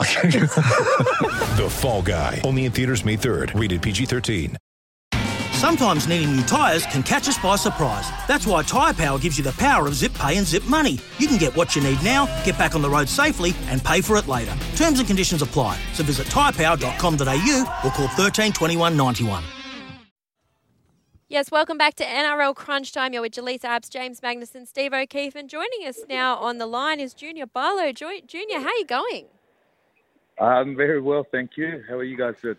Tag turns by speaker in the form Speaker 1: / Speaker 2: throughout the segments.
Speaker 1: The Fall Guy. Only in theaters May 3rd. Rated PG-13.
Speaker 2: Sometimes needing new tyres can catch us by surprise. That's why Tyre Power gives you the power of zip pay and zip money. You can get what you need now, get back on the road safely, and pay for it later. Terms and conditions apply. So visit tyrepower.com.au or call 13 21 91.
Speaker 3: Yes, welcome back to NRL Crunch Time. You're with Jaleesa Abs, James Magnuson, Steve O'Keefe, and joining us now on the line is Junior Barlow. Jo- Junior, how are you going?
Speaker 4: Um, very well, thank you. How are you guys? Good.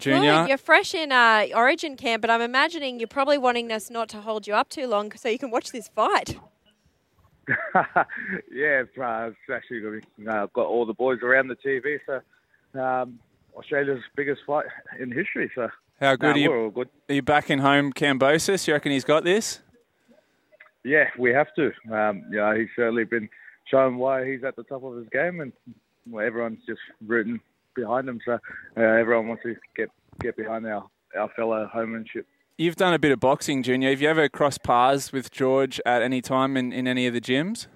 Speaker 3: Good.
Speaker 5: Junior.
Speaker 3: You're fresh in uh, Origin camp, but I'm imagining you're probably wanting us not to hold you up too long so you can watch this fight.
Speaker 4: yeah, uh, it's actually good. Uh, got all the boys around the TV. So um, Australia's biggest fight in history. So
Speaker 5: How
Speaker 4: nah,
Speaker 5: good are you?
Speaker 4: we're all good.
Speaker 5: Are you back in home Cambosis? You reckon he's got this?
Speaker 4: Yeah, we have to. Um, yeah, he's certainly been showing why he's at the top of his game, and well, everyone's just rooting behind him. So uh, everyone wants to get get behind our our fellow homemanship.
Speaker 5: You've done a bit of boxing, Junior. Have you ever crossed paths with George at any time in, in any of the gyms?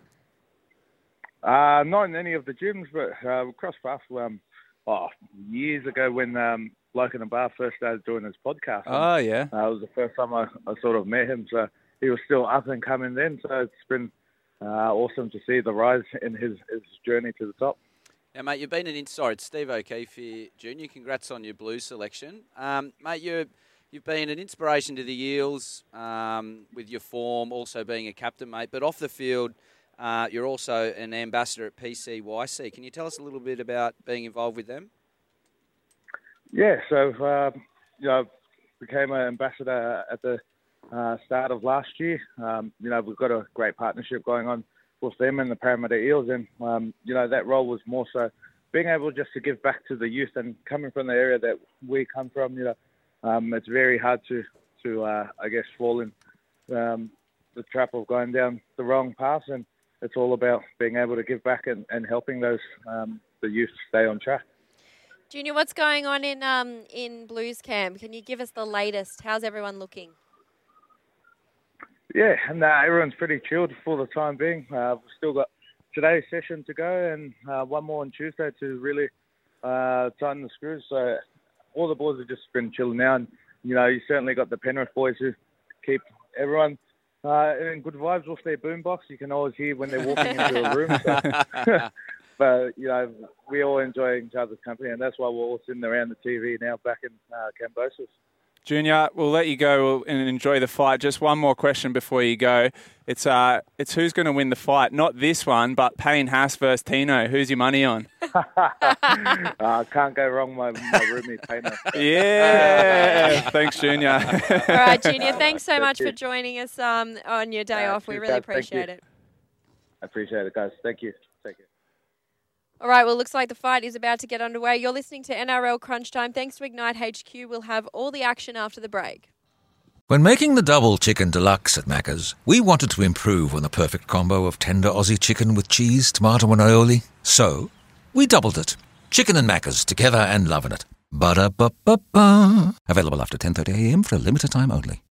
Speaker 4: Uh, not in any of the gyms, but uh, we crossed paths um, oh, years ago when um, Bloke in a Bar first started doing his podcast.
Speaker 5: Oh, yeah.
Speaker 4: Uh, it was the first time I, I sort of met him, so he was still up and coming then. So it's been uh, awesome to see the rise in his, his journey to the top.
Speaker 6: Now, mate, you've been an inside. It's Steve O'Keefe here, Junior. Congrats on your blue selection, um, mate. You you've been an inspiration to the Eels um, with your form, also being a captain, mate. But off the field, uh, you're also an ambassador at PCYC. Can you tell us a little bit about being involved with them?
Speaker 4: Yeah, so um, you know, became an ambassador at the uh, start of last year. Um, you know, we've got a great partnership going on with them and the Parramatta Eels, and um, you know that role was more so being able just to give back to the youth. And coming from the area that we come from, you know, um, it's very hard to to uh, I guess fall in um, the trap of going down the wrong path, and it's all about being able to give back and, and helping those um, the youth stay on track.
Speaker 3: Junior, what's going on in, um, in Blues camp? Can you give us the latest? How's everyone looking?
Speaker 4: Yeah, and uh, everyone's pretty chilled for the time being. Uh, we've still got today's session to go and uh, one more on Tuesday to really uh, tighten the screws. So all the boys have just been chilling now, and you know you certainly got the Penrith boys who keep everyone uh, in good vibes with their boombox. You can always hear when they're walking into a room. So. but you know we all enjoy each other's company, and that's why we're all sitting around the TV now back in uh, Cambosis.
Speaker 5: Junior, we'll let you go and enjoy the fight. Just one more question before you go. It's uh, it's who's going to win the fight? Not this one, but Payne Haas versus Tino. Who's your money on?
Speaker 4: Uh, can't go wrong, my, my roommate Payne.
Speaker 5: Yeah. Thanks, Junior.
Speaker 3: All right, Junior, thanks so much for
Speaker 4: you.
Speaker 3: joining us um, on your day
Speaker 4: Uh,
Speaker 3: off. We
Speaker 4: cheers,
Speaker 3: really
Speaker 4: guys. Thank
Speaker 3: appreciate
Speaker 4: you.
Speaker 3: it.
Speaker 4: I appreciate it, guys. Thank you. Take care.
Speaker 3: All right, well, looks like the fight is about to get underway. You're listening to NRL Crunch Time. Thanks to Ignite HQ, we'll have all the action after the break.
Speaker 7: When making the double chicken deluxe at Macca's, we wanted to improve on the perfect combo of tender Aussie chicken with cheese, tomato, and aioli. So, we doubled it: chicken and Macca's together and loving it. Ba da ba ba ba. Available after 10:30 a.m. for a limited time only.